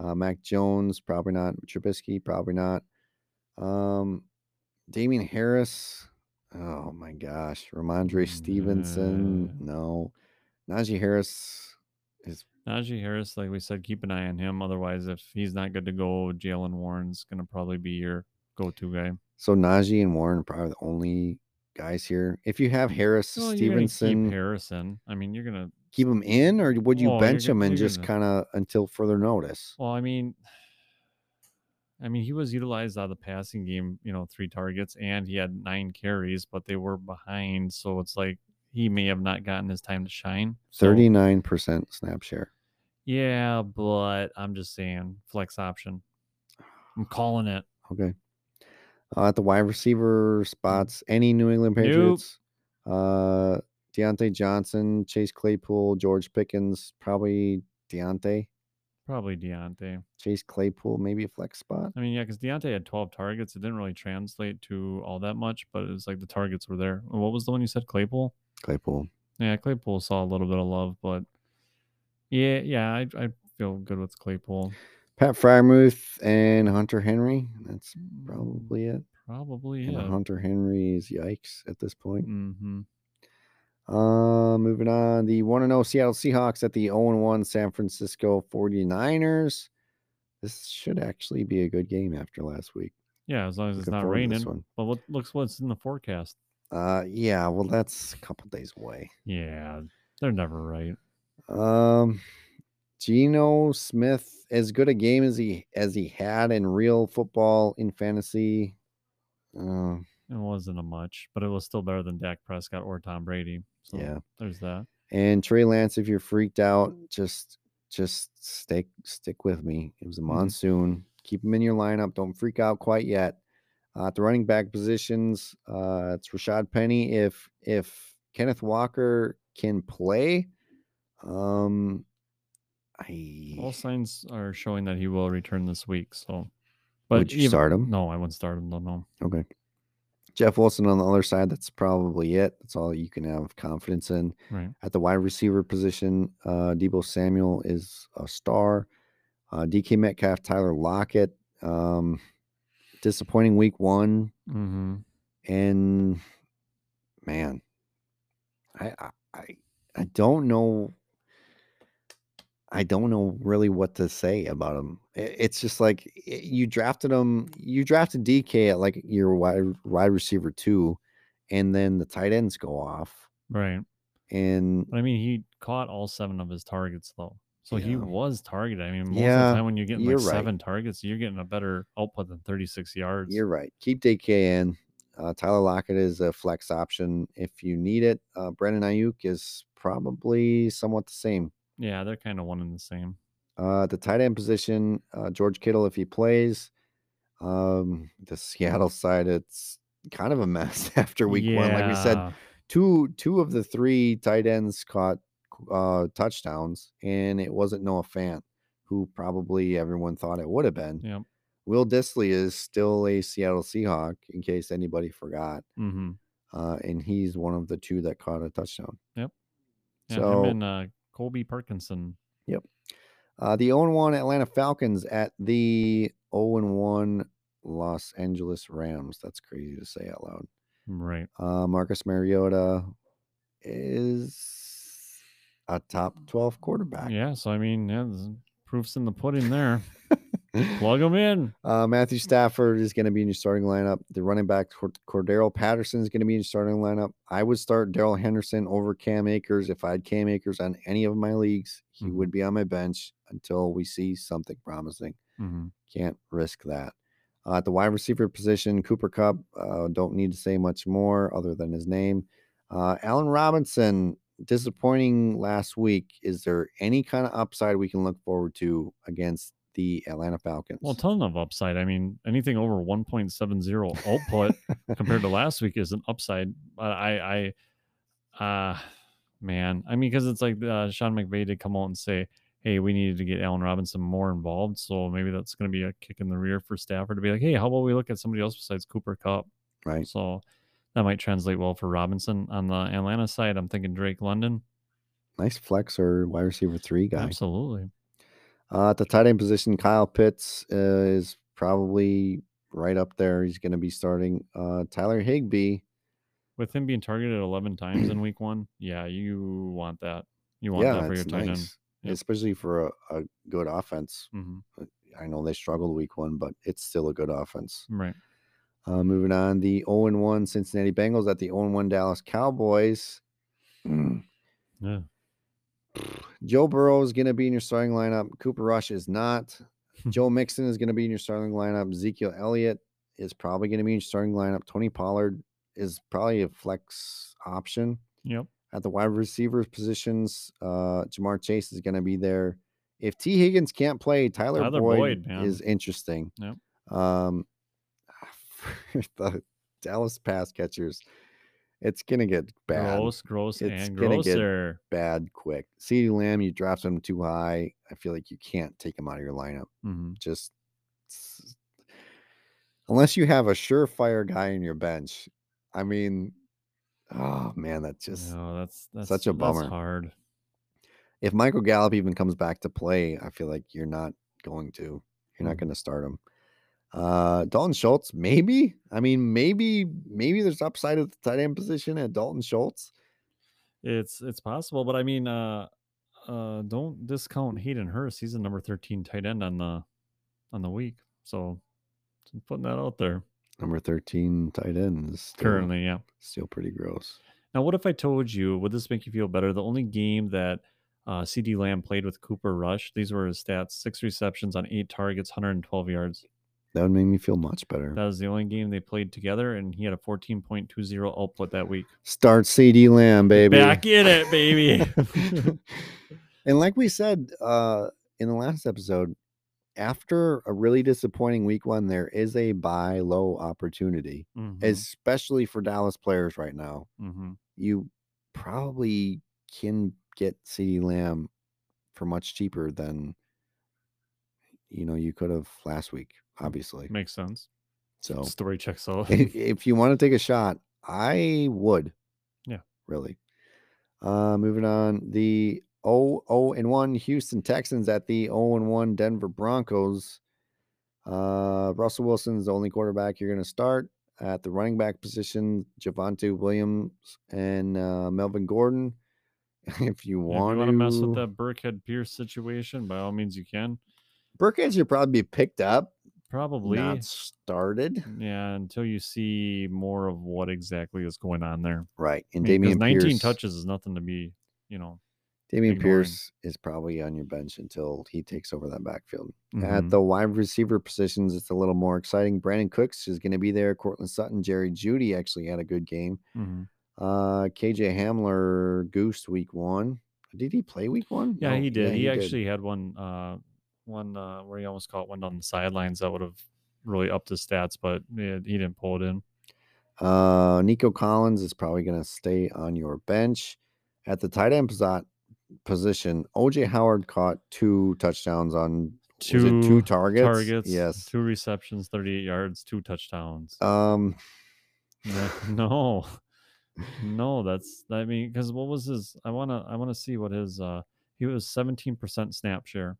Uh, Mac Jones probably not. Trubisky probably not. Um, Damian Harris. Oh my gosh, Ramondre Stevenson. Mm. No, Najee Harris is Najee Harris, like we said, keep an eye on him. Otherwise, if he's not good to go, Jalen Warren's gonna probably be your go-to guy. So Najee and Warren are probably the only guys here. If you have Harris, Well, you're gonna Stevenson, keep Harrison. I mean, you're gonna. keep him in, or would you Well, you're bench gonna- him and you're just gonna- kind of until further notice? Well, I mean, I mean, he was utilized out of the passing game. You know, three targets, and he had nine carries, but they were behind. So it's like he may have not gotten his time to shine. So, Thirty-nine percent snap share. Yeah, but I'm just saying flex option. I'm calling it. Okay. Uh, at the wide receiver spots, any New England Mm. Nope. Patriots? Uh, Deontay Johnson, Chase Claypool, George Pickens, probably Deontay, Probably Deontay. Chase Claypool, maybe a flex spot. I mean, yeah, because Deontay had 12 targets. It didn't really translate to all that much, but it was like the targets were there. And What was the one you said, Claypool? Claypool. Yeah, Claypool saw a little bit of love, but yeah, yeah, I, I feel good with Claypool. Pat Fryermuth and Hunter Henry. That's probably it. Probably And Mm. yeah. Hunter Henry is yikes at this point. Mm-hmm. Uh, moving on, the 1 0 Seattle Seahawks at the 0 1 San Francisco 49ers. This should actually be a good game after last week. Yeah, as long as it's Looking not forward to this raining. one. But what looks what's in the forecast? Uh, yeah, well, that's a couple days away. Yeah, they're never right. Um, Geno Smith, as good a game as he as he had in real football in fantasy. Uh, It wasn't a much, but it was still better than Dak Prescott or Tom Brady. So Yeah. there's that. and Trey Lance, if you're freaked out, just just stick stick with me. It was a monsoon. Keep him in your lineup. Don't freak out quite yet. Uh, at the running back positions, uh, it's Rashad Penny. If if Kenneth Walker can play, um, I All signs are showing that he will return this week. So, but Would you even- start him? No, I wouldn't start him. No, no. Okay. Jeff Wilson on the other side, that's probably it. That's all you can have confidence in. Right. At the wide receiver position, uh, Debo Samuel is a star. Uh, DK Metcalf, Tyler Lockett, um, disappointing week one. Mm-hmm. And man, I, I- I, I don't know. I don't know really what to say about him. I- It's just like i- you drafted him, you drafted DK at like your wide wide receiver two, and then the tight ends go off, Right. and But I mean, he caught all seven of his targets though. So he Yeah. was targeted. I mean, most of Yeah, the time when you're getting you're like right. seven targets, you're getting a better output than 36 yards. you're right. Keep DK in. Uh, Tyler Lockett is a flex option if you need it. Uh, Brandon Ayuk is probably somewhat the same. Yeah, they're kind of one and the same. Uh, the tight end position, uh, George Kittle, if he plays. Um, the [LAUGHS] Seattle side, it's kind of a mess [LAUGHS] after week one. Like we said, Yeah. two two of the three tight ends caught uh, touchdowns, and it wasn't Noah Fant, who probably everyone thought it would have been. Yep. Will Disley is still a Seattle Seahawk, in case anybody forgot, Mm-hmm. uh, and he's one of the two that caught a touchdown. Yeah, So- him and uh, Colby Parkinson. Uh, the 0 1 Atlanta Falcons at the 0 1 Los Angeles Rams. That's crazy to say out loud. Mm, Right. Uh, Marcus Mariota is a top 12 quarterback. Yeah. So, I mean, yeah, there's proof's in the [LAUGHS] pudding there. Plug him in. Uh, Matthew Stafford is going to be in your starting lineup. The running back Cord- Cordero Patterson is going to be in your starting lineup. I would start Daryl Henderson over Cam Akers. If I had Cam Akers on any of my leagues, he Mhm. would be on my bench until we see something promising. Mm-hmm. hmm Can't risk that. Uh, at the wide receiver position, Cooper Cup, uh, don't need to say much more other than his name. Uh, Allen Robinson, disappointing last week. Is there any kind of upside we can look forward to against the Atlanta Falcons? Well, ton of upside. I mean, anything over 1.70 [LAUGHS] output compared to last week is an upside. Uh, I, I, uh, man, I mean, because it's like uh, Sean McVay did come out and say, "Hey, we needed to get Allen Robinson more involved." So maybe that's going to be a kick in the rear for Stafford to be like, "Hey, how about we look at somebody else besides Cooper Cup?" right. So that might translate well for Robinson on the Atlanta side. I'm thinking Drake London. Nice flex or wide receiver three guy. Absolutely. Uh, at the tight end position, Kyle Pitts uh, is probably right up there. He's going to be starting. Uh, Tyler Higbee. With him being targeted 11 times [CLEARS THROAT] in week one, yeah, you want that. You want that for your it's tight end. Yep. especially for a, a good offense. hmm I know they struggled week one, but it's still a good offense. Right. Uh, moving on, the 0 1 Cincinnati Bengals at the 0 1 Dallas Cowboys. Mm. Yeah. Joe Burrow is going to be in your starting lineup. Cooper Rush is not. Hmm. Joe Mixon is going to be in your starting lineup. Ezekiel Elliott is probably going to be in your starting lineup. Tony Pollard is probably a flex option Yep. at the wide receivers positions. Uh, Jamar Chase is going to be there. If T. Higgins can't play, Tyler, Tyler Boyd, Boyd, man. is interesting. Yep. Um, [LAUGHS] the Dallas pass catchers, it's going to get bad, Gross, gross, It's and gonna get- grosser. bad quick. CeeDee Lamb, you draft him too high. I feel like you can't take him out of your lineup. hmm Just s- unless you have a surefire guy in your bench. I mean, oh man, that just no, that's, that's such a bummer. That's hard. if Michael Gallup even comes back to play, I feel like you're not going to. You're not Mhm. going to start him. Uh, Dalton Schultz, maybe. I mean, maybe, maybe there's upside at the tight end position at Dalton Schultz. It's it's possible, but I mean, uh, uh, don't discount Hayden Hurst. He's the number thirteen tight end on the on the week. So just putting that out there Number 13 tight end is still, currently, yeah. still pretty gross. Now, what if I told you? Would this make you feel better? The only game that uh, CD Lamb played with Cooper Rush. These were his stats: six receptions on eight targets, 112 yards. That would make me feel much better. That was the only game they played together, and he had a 14.20 output that week. Start CD Lamb, baby. [LAUGHS] Back in it, baby. Mm-hmm, and like we said uh, in the last episode, after a really disappointing week one, there is a buy low opportunity, Mhm, especially for Dallas players right now. mhm. you probably can get CeeDee Lamb for much cheaper than you know you could have last week, obviously. makes sense. So Story checks out. [LAUGHS] i- Oh. if you want to take a shot, I would. Yeah. Really. Uh moving on. The 0 and 1 Houston Texans at the 0 and 1 Denver Broncos. Uh Russell Wilson's the only quarterback you're gonna start. At the running back position, Javante Williams and uh, Melvin Gordon. [LAUGHS] If you Yeah, if want you want to mess with that Burkhead Pierce situation, by all means you can. Burkhead should probably be picked up, Probably. not started. Yeah, until you see more of what exactly is going on there. Right, and I mean, 'cause Damian 19 Pierce. touches is nothing to be, you know. Damian ignoring. Pierce is probably on your bench until he takes over that backfield. At mhm. the wide receiver positions, it's a little more exciting. Brandon Cooks is going to be there. Cortland Sutton, Jerry Judy actually had a good game. Mhm. Uh, KJ Hamler goose week one. Did he play week one? Yeah, No, he did. he, actually had one, uh, one uh, where he almost caught one down the sidelines that would have really upped his stats, but yeah, he didn't pull it in. Uh, Nico Collins is probably going to stay on your bench. At the tight end posi- position, OJ Howard caught two touchdowns on was it two targets. targets, Yes. two receptions, 38 yards, two touchdowns. Um, No- [LAUGHS] no no that's i mean because what was his i want to i want to see what his uh he was 17% snap share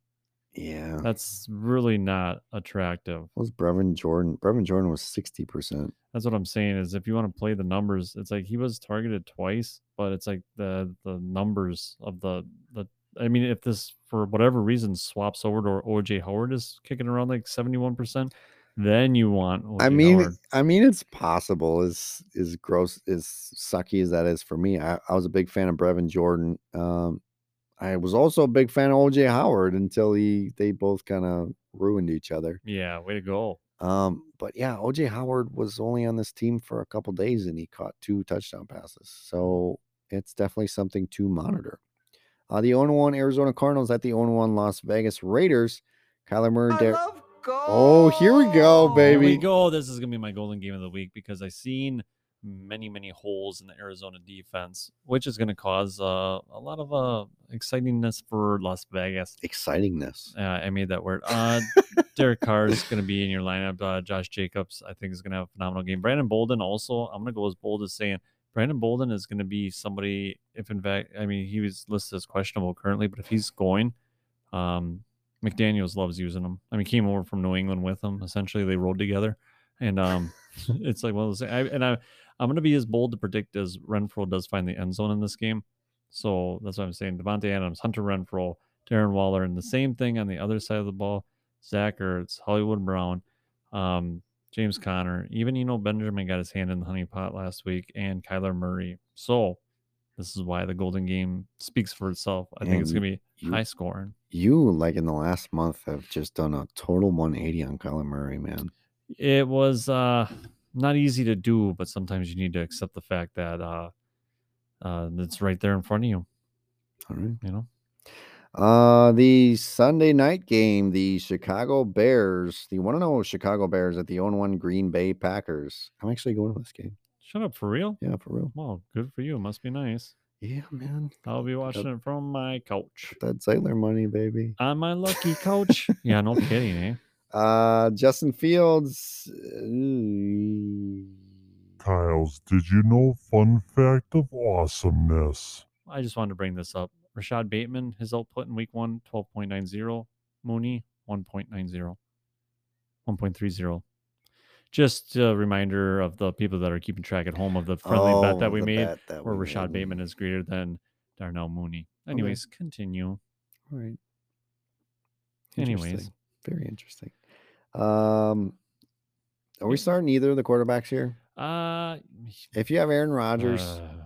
yeah. that's really not attractive What was Brevin Jordan? Brevin Jordan was sixty percent. that's what i'm saying is if you want to play the numbers it's like he was targeted twice but it's like the the numbers of the the i mean if this for whatever reason swaps over to where oj howard is kicking around like 71% then you want I O.J. mean, Howard. I mean, it's possible. Is is gross? Is sucky as that is for me? I, I was a big fan of Brevin Jordan. Um, I was also a big fan of OJ Howard until he they both kind of ruined each other. yeah way to go Um, but yeah, OJ Howard was only on this team for a couple days and he caught two touchdown passes. So it's definitely something to monitor. Uh, the 0 1 Arizona Cardinals at the 0 1 Las Vegas Raiders. Kyler Murray, I Der- love gold. Oh, here we go, Here baby. we go. This is gonna be my golden game of the week because I seen many, many holes in the Arizona defense, which is gonna cause uh, a lot of uh, excitingness for Las Vegas. excitingness. Uh, I made that word. Uh, Derek Carr is gonna be in your lineup. Uh, Josh Jacobs, I think, is gonna have a phenomenal game. Brandon Bolden also. I'm gonna go as bold as saying Brandon Bolden is gonna be somebody. If in fact, I mean, he was listed as questionable currently, but if he's going, um, McDaniels loves using him. I mean, came over from New England with him. Essentially, they rode together, and um, it's like one of those. I, and I, I'm going to be as bold to predict as Renfro does find the end zone in this game. So that's what I'm saying. Devontae Adams, Hunter Renfro, Darren Waller, and the same thing on the other side of the ball. Zach Ertz, Hollywood Brown, um, James Conner, even you know Benjamin got his hand in the honey pot last week, and Kyler Murray. So this is why the Golden Game speaks for itself. I think Man, it's gonna be you- high scoring. You like in the last month have just done a total 180 on Kyler Murray, man. It was uh, not easy to do, but sometimes you need to accept the fact that uh, uh, it's right there in front of you. All right. You know, Uh, the Sunday night game, the Chicago Bears, the one and zero Chicago Bears at the 0 one Green Bay Packers. I'm actually going to this game. shut up for real. Yeah, for real. Well, good for you. Must be nice. Yeah, man. I'll be watching it from my couch. That Zeitler money, baby. On my [LAUGHS] lucky couch. yeah, no kidding, eh? Uh, Justin Fields. uh, ooh, Kyles, did you know fun fact of awesomeness? I just wanted to bring this up. Rashad Bateman, his output in week one, 12.90. Mooney, 1.90. 1.30. Just a reminder of the people that are keeping track at home of the friendly bet oh, that we the made bet that where we Rashad made. Bateman is greater than Darnell Mooney. Anyways, continue. All right. Anyways, Interesting. very interesting. Um, are we Yeah. starting either of the quarterbacks here? uh, If you have Aaron Rodgers, uh,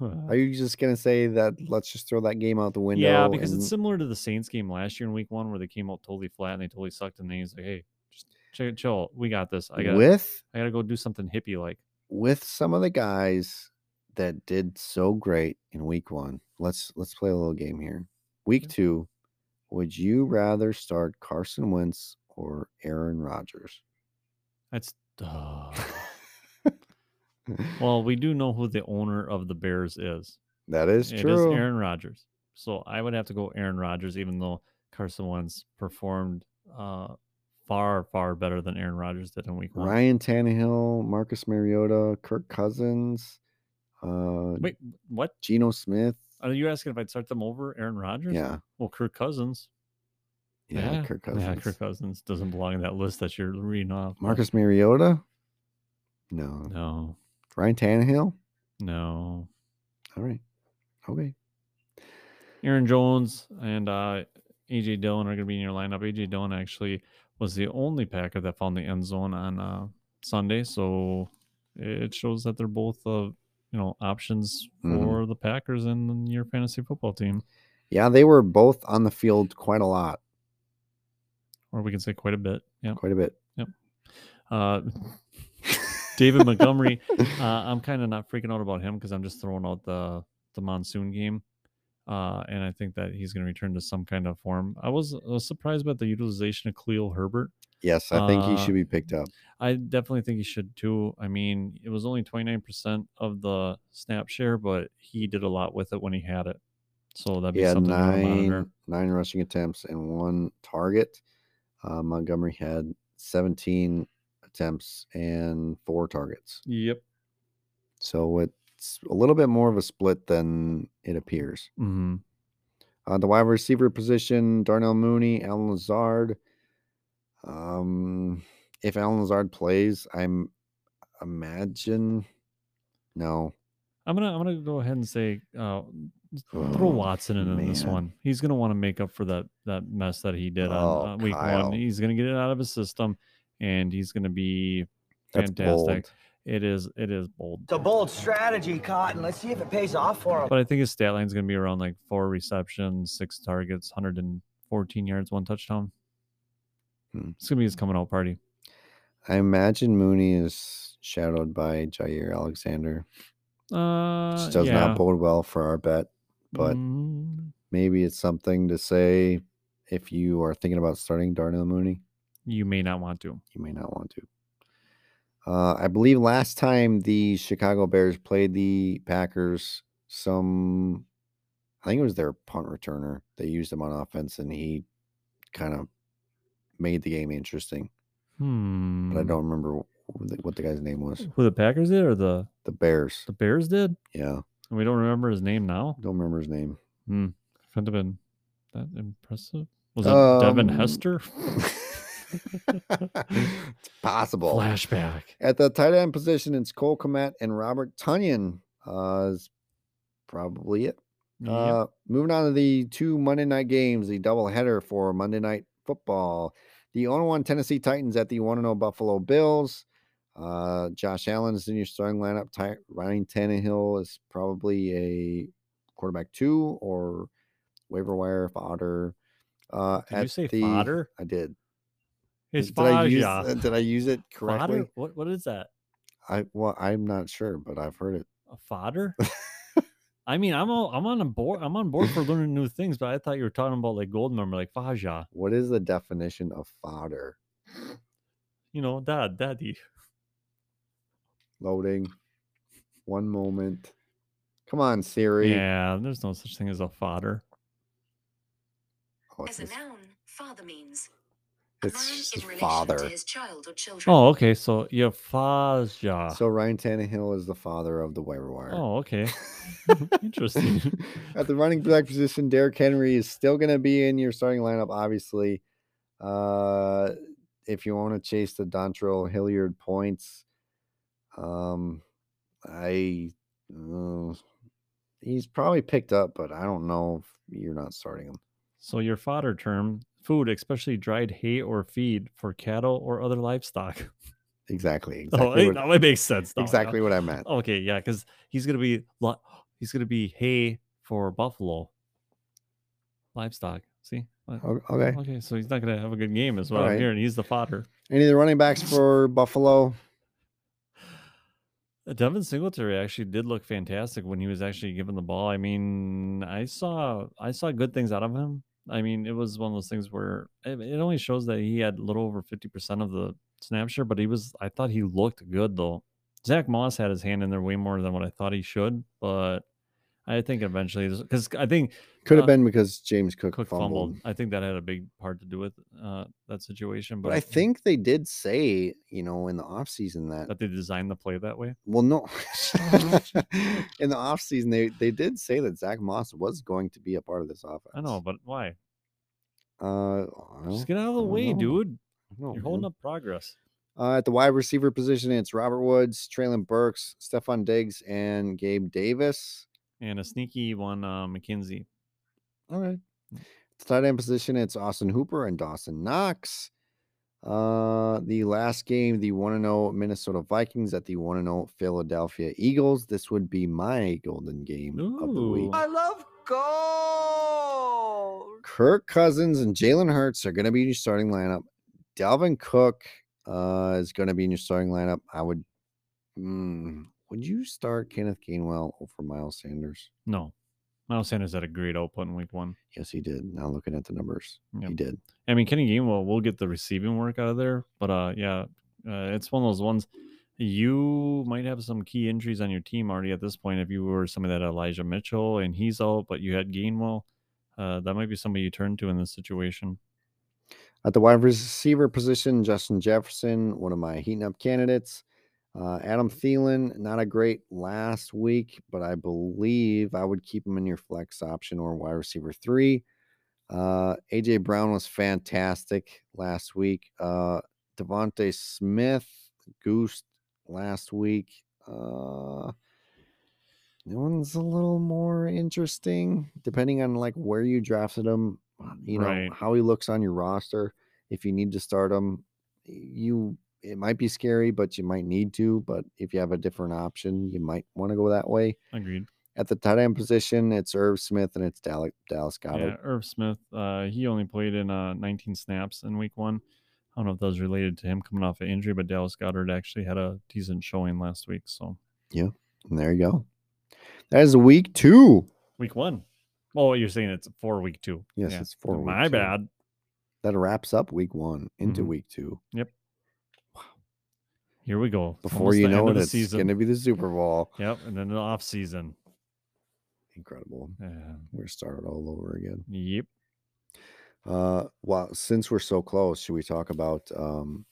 [LAUGHS] are you just gonna say that? Let's just throw that game out the window. Yeah, because it's and- similar to the Saints game last year in Week One, where they came out totally flat and they totally sucked, and then he's like, "Hey, just chill, chill. we got this. I got, to with I got to go do something hippie like." with some of the guys that did so great in week one. Let's let's play a little game here. Week Yeah. two, would you rather start Carson Wentz or Aaron Rodgers? [LAUGHS] That's duh. [LAUGHS] well, we do know who the owner of the Bears is. that is It is true. Aaron Rodgers. So I would have to go Aaron Rodgers, even though Carson Wentz performed uh, far, far better than Aaron Rodgers did in Week One. Ryan Tannehill, Marcus Mariota, Kirk Cousins, uh, Wait, what? Geno Smith. Are you asking if I'd start them over Aaron Rodgers? Yeah, Well, Kirk Cousins. yeah, Kirk Cousins. Yeah, Kirk Cousins doesn't belong in that list that you're reading off. but Marcus Mariota. No. No, Ryan Tannehill. no. All right. Okay. Aaron Jones and uh, AJ Dillon are going to be in your lineup. AJ Dillon actually was the only Packer that found the end zone on uh, Sunday, so it shows that they're both, uh, you know, options Mhm. for the Packers and your fantasy football team, Yeah, they were both on the field quite a lot, or we can say quite a bit. Yeah. quite a bit. Uh, [LAUGHS] David Montgomery uh, I'm kind of not freaking out about him because I'm just throwing out the the monsoon game, uh, and I think that he's going to return to some kind of form. I was, I was surprised about the utilization of Cleo Herbert. [LAUGHS] yes, I think he uh, should be picked up. I definitely think he should too. I mean, it was only 29% of the snap share, but he did a lot with it when he had it. So that'd be He had something to monitor. nine nine rushing attempts and one target. Uh, Montgomery had 17 attempts and four targets. Yep. So it's a little bit more of a split than it appears. hmm Uh, the wide receiver position, Darnell Mooney, Alan Lazard. Um, if Alan Lazard plays, I'm imagine. No, I'm gonna I'm gonna go ahead and say uh, throw Oh, Watson in, in this man. one. He's gonna want to make up for that that mess that he did on Oh, uh, week Kyle. one. He's gonna get it out of his system, and he's gonna be that's fantastic. bold. It is it is bold, It's a bold strategy, Cotton. Let's see if it pays off for him. but I think his stat line's gonna be around like four receptions, six targets, 114 yards, one touchdown. Hmm. It's gonna be his coming out party. I imagine Mooney is shadowed by Jair Alexander. Uh, Which does yeah. not bode well for our bet. but- Mm, Maybe it's something to say if you are thinking about starting Darnell Mooney. you may not want to. you may not want to. Uh, I believe last time the Chicago Bears played the Packers, some, I think it was their punt returner. They used him on offense, and he kind of made the game interesting. Hmm. But I don't remember wh- wh- the- what the guy's name was. Who the Packers did or the The Bears, the Bears did? yeah, And we don't remember his name now. don't remember his name. [LAUGHS] Hmm. Couldn't have been that impressive. Was it Devin Um, [LAUGHS] Hester? it's possible. Flashback. At the tight end position, it's Cole Komet and Robert Tunyon. Uh, is probably it. Yeah. Uh, moving on to the two Monday night games, the doubleheader for Monday night football. The 0 1 Tennessee Titans at the 1 0 Buffalo Bills. Uh, Josh Allen is in your starting lineup. Ty- Ryan Tannehill is probably a quarterback two or waiver wire fodder. Uh, Did you at say the- fodder? I did. It's did, I use, Faja. uh, did I use it correctly? Fodder? What what is that? I well, I'm not sure, but I've heard it. A [LAUGHS] fodder? I mean, I'm all, I'm on a board. I'm on board for learning new things, but I thought you were talking about like gold member, like Faja. What is the definition of fodder? You know, dad, daddy. Loading. One moment. Come on, Siri. Yeah, there's no such thing as a fodder. Oh, it's As a just- noun, father means a It's man just in relation father. to his child or children. Oh, okay. So yeah, Faja. So Ryan Tannehill is the father of the waiver wire. Ah. oh, [LAUGHS] okay. [LAUGHS] Interesting. At the running back position, Derrick Henry is still going to be in your starting lineup, obviously. Uh, if you want to chase the Dontrell Hilliard points, um, I uh, he's probably picked up, but I don't know if you're not starting him. So your fodder term, food, especially dried hay or feed for cattle or other livestock. Exactly, Oh, exactly, hey, what, now it makes sense. now, yeah. exactly what I meant. Okay, yeah, because he's gonna be li- he's gonna be hay for buffalo livestock. See, Like, O- Okay. okay, so he's not gonna have a good game as well Alright. here, and he's the fodder. Any of the running backs for Buffalo? Uh, Devin Singletary actually did look fantastic when he was actually given the ball. I mean, I saw I saw good things out of him. I mean, it was one of those things where it, it only shows that he had a little over fifty percent of the snap share, but he was I thought he looked good though. Zach Moss had his hand in there way more than what I thought he should, but I think eventually because I think Could have Uh, been because James Cook, Cook fumbled. fumbled. I think that had a big part to do with uh, that situation. But, But I think they did say, you know, in the offseason that that they designed the play that way. Well, [LAUGHS] no. [LAUGHS] In the offseason, they, they did say that Zach Moss was going to be a part of this offense. I know, but why? Uh, Just get out of the I don't way, know. dude. You're holding up progress. Uh, at the wide receiver position, it's Robert Woods, Traylon Burks, Stephon Diggs, and Gabe Davis. and a sneaky one, uh, McKenzie. All right. The tight end position, it's Austin Hooper and Dawson Knox. Uh, the last game, the 1 0 Minnesota Vikings at the 1 0 Philadelphia Eagles. This would be my golden game of the week. Ooh. I love gold. Kirk Cousins and Jalen Hurts are going to be in your starting lineup. Dalvin Cook uh, is going to be in your starting lineup. I would. Mm, would you start Kenneth Gainwell over Miles Sanders? No, Miles Sanders had a great output in week one. Yes, he did. Now looking at the numbers, Yeah. he did. I mean, Kenny Gainwell will get the receiving work out of there, but uh, yeah, uh, it's one of those ones. You might have some key injuries on your team already at this point. If you were somebody that Elijah Mitchell and he's out, but you had Gainwell, uh, that might be somebody you turn to in this situation. At the wide receiver position, Justin Jefferson, one of my heating up candidates. Uh, Adam Thielen, not a great last week, but I believe I would keep him in your flex option or wide receiver three. Uh, AJ Brown was fantastic last week. Uh, Devontae Smith, Goose last week. Uh, that one's a little more interesting, depending on like where you drafted him. uh, You know Right. how he looks on your roster. If you need to start him, you it might be scary, but you might need to. But if you have a different option, you might want to go that way. Agreed. At the tight end position, it's Irv Smith and it's Dal- Dallas Goddard. Yeah, Irv Smith, uh, he only played in uh, 19 snaps in week one. I don't know if that was related to him coming off an injury, but Dallas Goddard actually had a decent showing last week. So And there you go. That is week two. Week one. Oh, you're saying it's for week two. Yes, Yeah. it's for week My two. bad. That wraps up week one into Mhm. week two. Here we go. It's Before almost you the know end of it, the it's season. going to be the Super Bowl. Yep, and then the off season. Incredible. Yeah. We're started all over again. Yep. Uh, well, since we're so close, should we talk about um,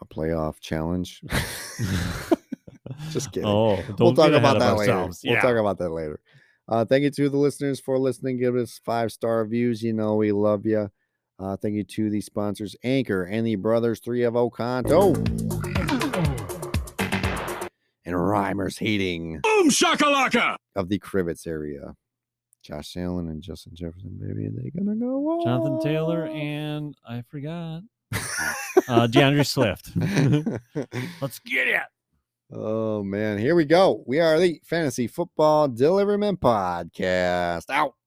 a playoff [LAUGHS] challenge? [LAUGHS] Just kidding. Oh, we'll don't talk get ahead about of that ourselves. later. Yeah. We'll talk about that later. Uh, thank you to the listeners for listening. Give us five star reviews. You know we love you. Uh, thank you to the sponsors, Anchor and the Brothers Three of Oconto, and Rhymers Heating. Boom shakalaka of the Crivets area. Josh Allen and Justin Jefferson, baby, they gonna go. [LAUGHS] Jonathan Taylor off. and I forgot. Uh, DeAndre Swift. Let's get it. oh man, here we go. We are the Fantasy Football Deliverment Podcast. Out.